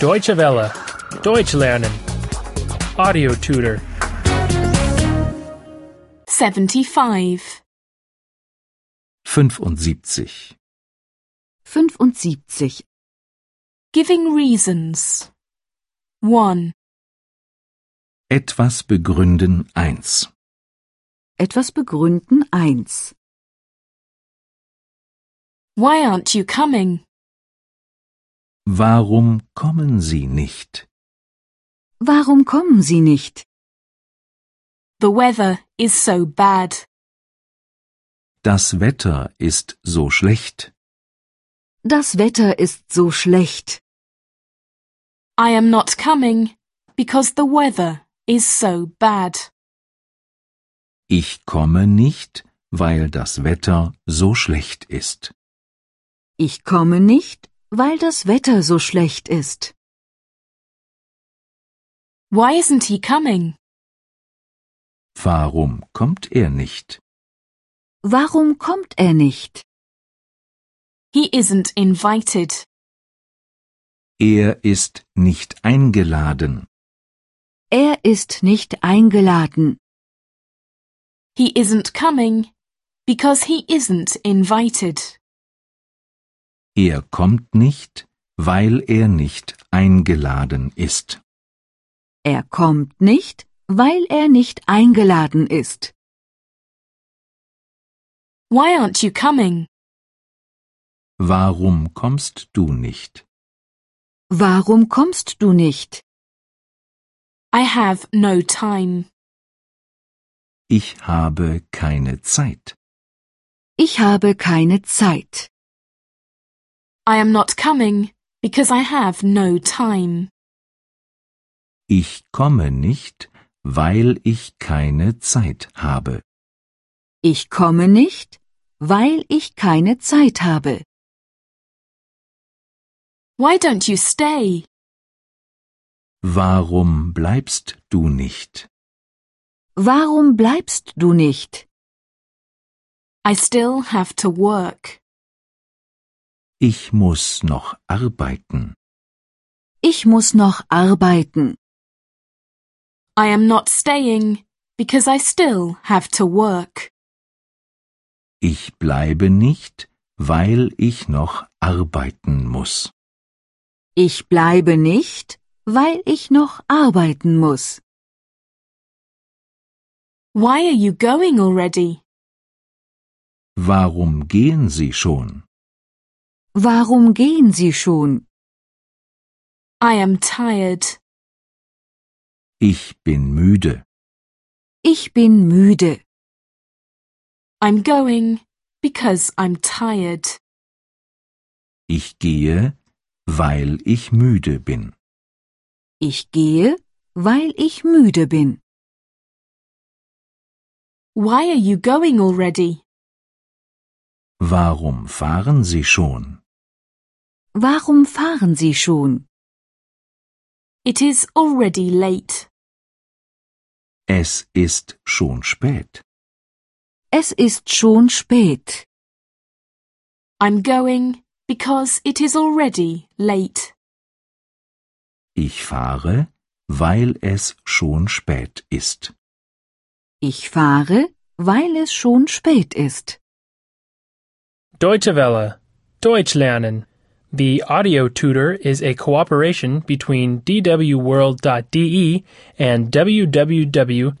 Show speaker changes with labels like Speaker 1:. Speaker 1: Deutsche Welle. Deutsch lernen. Audio tutor.
Speaker 2: 75.
Speaker 3: 75.
Speaker 4: 75.
Speaker 2: Giving reasons. 1.
Speaker 3: Etwas begründen 1.
Speaker 4: Etwas begründen 1.
Speaker 2: Why aren't you coming?
Speaker 3: Warum kommen Sie nicht?
Speaker 4: Warum kommen Sie nicht?
Speaker 2: The weather is so bad.
Speaker 3: Das Wetter ist so schlecht.
Speaker 4: Das Wetter ist so schlecht.
Speaker 2: I am not coming because the weather is so bad.
Speaker 3: Ich komme nicht, weil das Wetter so schlecht ist.
Speaker 4: Ich komme nicht, weil das Wetter so schlecht ist.
Speaker 2: Why isn't he coming?
Speaker 3: Warum kommt er nicht?
Speaker 4: Warum kommt er nicht?
Speaker 2: He isn't invited.
Speaker 3: Er ist nicht eingeladen.
Speaker 4: Er ist nicht eingeladen.
Speaker 2: He isn't coming because he isn't invited.
Speaker 3: Er kommt nicht, weil er nicht eingeladen ist.
Speaker 4: Er kommt nicht, weil er nicht eingeladen ist.
Speaker 2: Why aren't you coming?
Speaker 3: Warum kommst du nicht?
Speaker 4: Warum kommst du nicht?
Speaker 2: I have no time.
Speaker 3: Ich habe keine Zeit.
Speaker 4: Ich habe keine Zeit.
Speaker 2: I am not coming because I have no time.
Speaker 3: Ich komme nicht, weil ich keine Zeit habe.
Speaker 4: Ich komme nicht, weil ich keine Zeit habe.
Speaker 2: Why don't you stay?
Speaker 3: Warum bleibst du nicht?
Speaker 4: Warum bleibst du nicht?
Speaker 2: I still have to work.
Speaker 3: Ich muss noch arbeiten.
Speaker 4: Ich muss noch arbeiten.
Speaker 2: I am not staying because I still have to work.
Speaker 3: Ich bleibe nicht, weil ich noch arbeiten muss.
Speaker 4: Ich bleibe nicht, weil ich noch arbeiten muss.
Speaker 2: Why are you going already?
Speaker 3: Warum gehen Sie schon?
Speaker 4: Warum gehen Sie schon?
Speaker 2: I am tired.
Speaker 3: Ich bin müde.
Speaker 4: Ich bin müde.
Speaker 2: I'm going because I'm tired.
Speaker 3: Ich gehe, weil ich müde bin.
Speaker 4: Ich gehe, weil ich müde bin.
Speaker 2: Why are you going already?
Speaker 3: Warum fahren Sie schon?
Speaker 4: Warum fahren Sie schon?
Speaker 2: It is already late.
Speaker 3: Es ist schon spät.
Speaker 4: Es ist schon spät.
Speaker 2: I'm going because it is already late.
Speaker 3: Ich fahre, weil es schon spät ist.
Speaker 4: Ich fahre, weil es schon spät ist.
Speaker 1: Deutsche Welle. Deutsch lernen. The audio tutor is a cooperation between E dwworld.de and www.book2.de.